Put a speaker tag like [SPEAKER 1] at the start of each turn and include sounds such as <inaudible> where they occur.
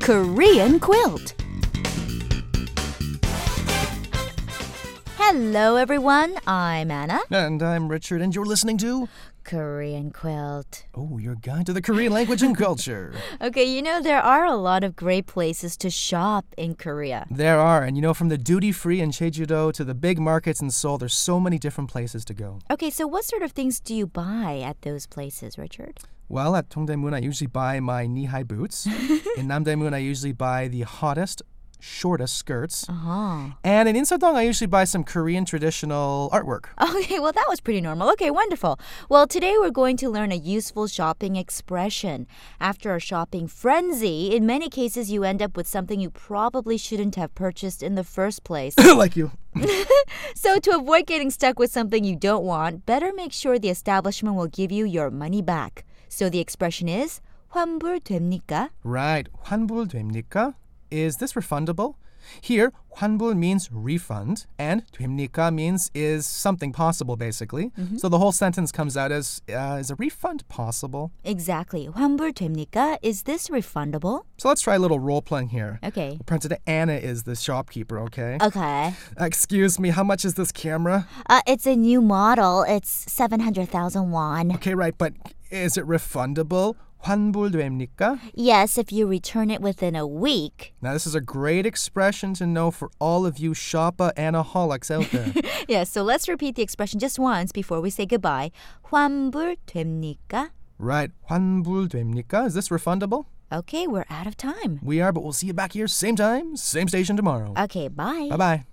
[SPEAKER 1] Korean quilt. Hello, everyone. I'm Anna.
[SPEAKER 2] And I'm Richard, and you're listening to
[SPEAKER 1] Korean quilt.
[SPEAKER 2] Oh, your guide to the Korean language and culture.
[SPEAKER 1] Okay, you know, there are a lot of great places to shop in Korea.
[SPEAKER 2] There are, and you know, from the duty free in Jeju-do to the big markets in Seoul, there's so many different places to go.
[SPEAKER 1] Okay, so what sort of things do you buy at those places, Richard?
[SPEAKER 2] Well, at Dongdaemun, I usually buy my knee-high boots. in Namdaemun, I usually buy the hottest, shortest skirts.
[SPEAKER 1] Uh-huh.
[SPEAKER 2] And in Insadong, I usually buy some Korean traditional artwork.
[SPEAKER 1] <laughs>
[SPEAKER 2] <laughs>
[SPEAKER 1] Okay, well, that was pretty normal. Okay, wonderful. Well, today we're going to learn a useful shopping expression. After a shopping frenzy, in many cases, you end up with something you probably shouldn't have purchased in the first place.
[SPEAKER 2] like you.
[SPEAKER 1] so, to avoid getting stuck with something you don't want, better make sure the establishment will give you your money back. So, the expression is 환불됩니까?
[SPEAKER 2] Right. 환불됩니까? Is this refundable? Here, 환불 means refund, and 됩니까 means is something possible, basically. So the whole sentence comes out as uh, is a refund possible?
[SPEAKER 1] Exactly. 환불됩니까? Is this refundable?
[SPEAKER 2] So let's try a little role playing here.
[SPEAKER 1] Okay.
[SPEAKER 2] Apprentice Anna is the shopkeeper, okay?
[SPEAKER 1] Okay.
[SPEAKER 2] Excuse me, how much is this camera?
[SPEAKER 1] Uh, it's a new model. It's 700,000 won.
[SPEAKER 2] Okay, right, but is it refundable? 환불됩니까?
[SPEAKER 1] Yes, if you return it within a week.
[SPEAKER 2] Now, this is a great expression to know for all of you shoppa anaholics out there.
[SPEAKER 1] <laughs> Yes, so let's repeat the expression just once before we say goodbye. 환불됩니까?
[SPEAKER 2] right, 환불됩니까? Is this refundable?
[SPEAKER 1] Okay, we're out of time.
[SPEAKER 2] We are, but we'll see you back here same time, same station tomorrow.
[SPEAKER 1] Okay, bye.
[SPEAKER 2] Bye bye.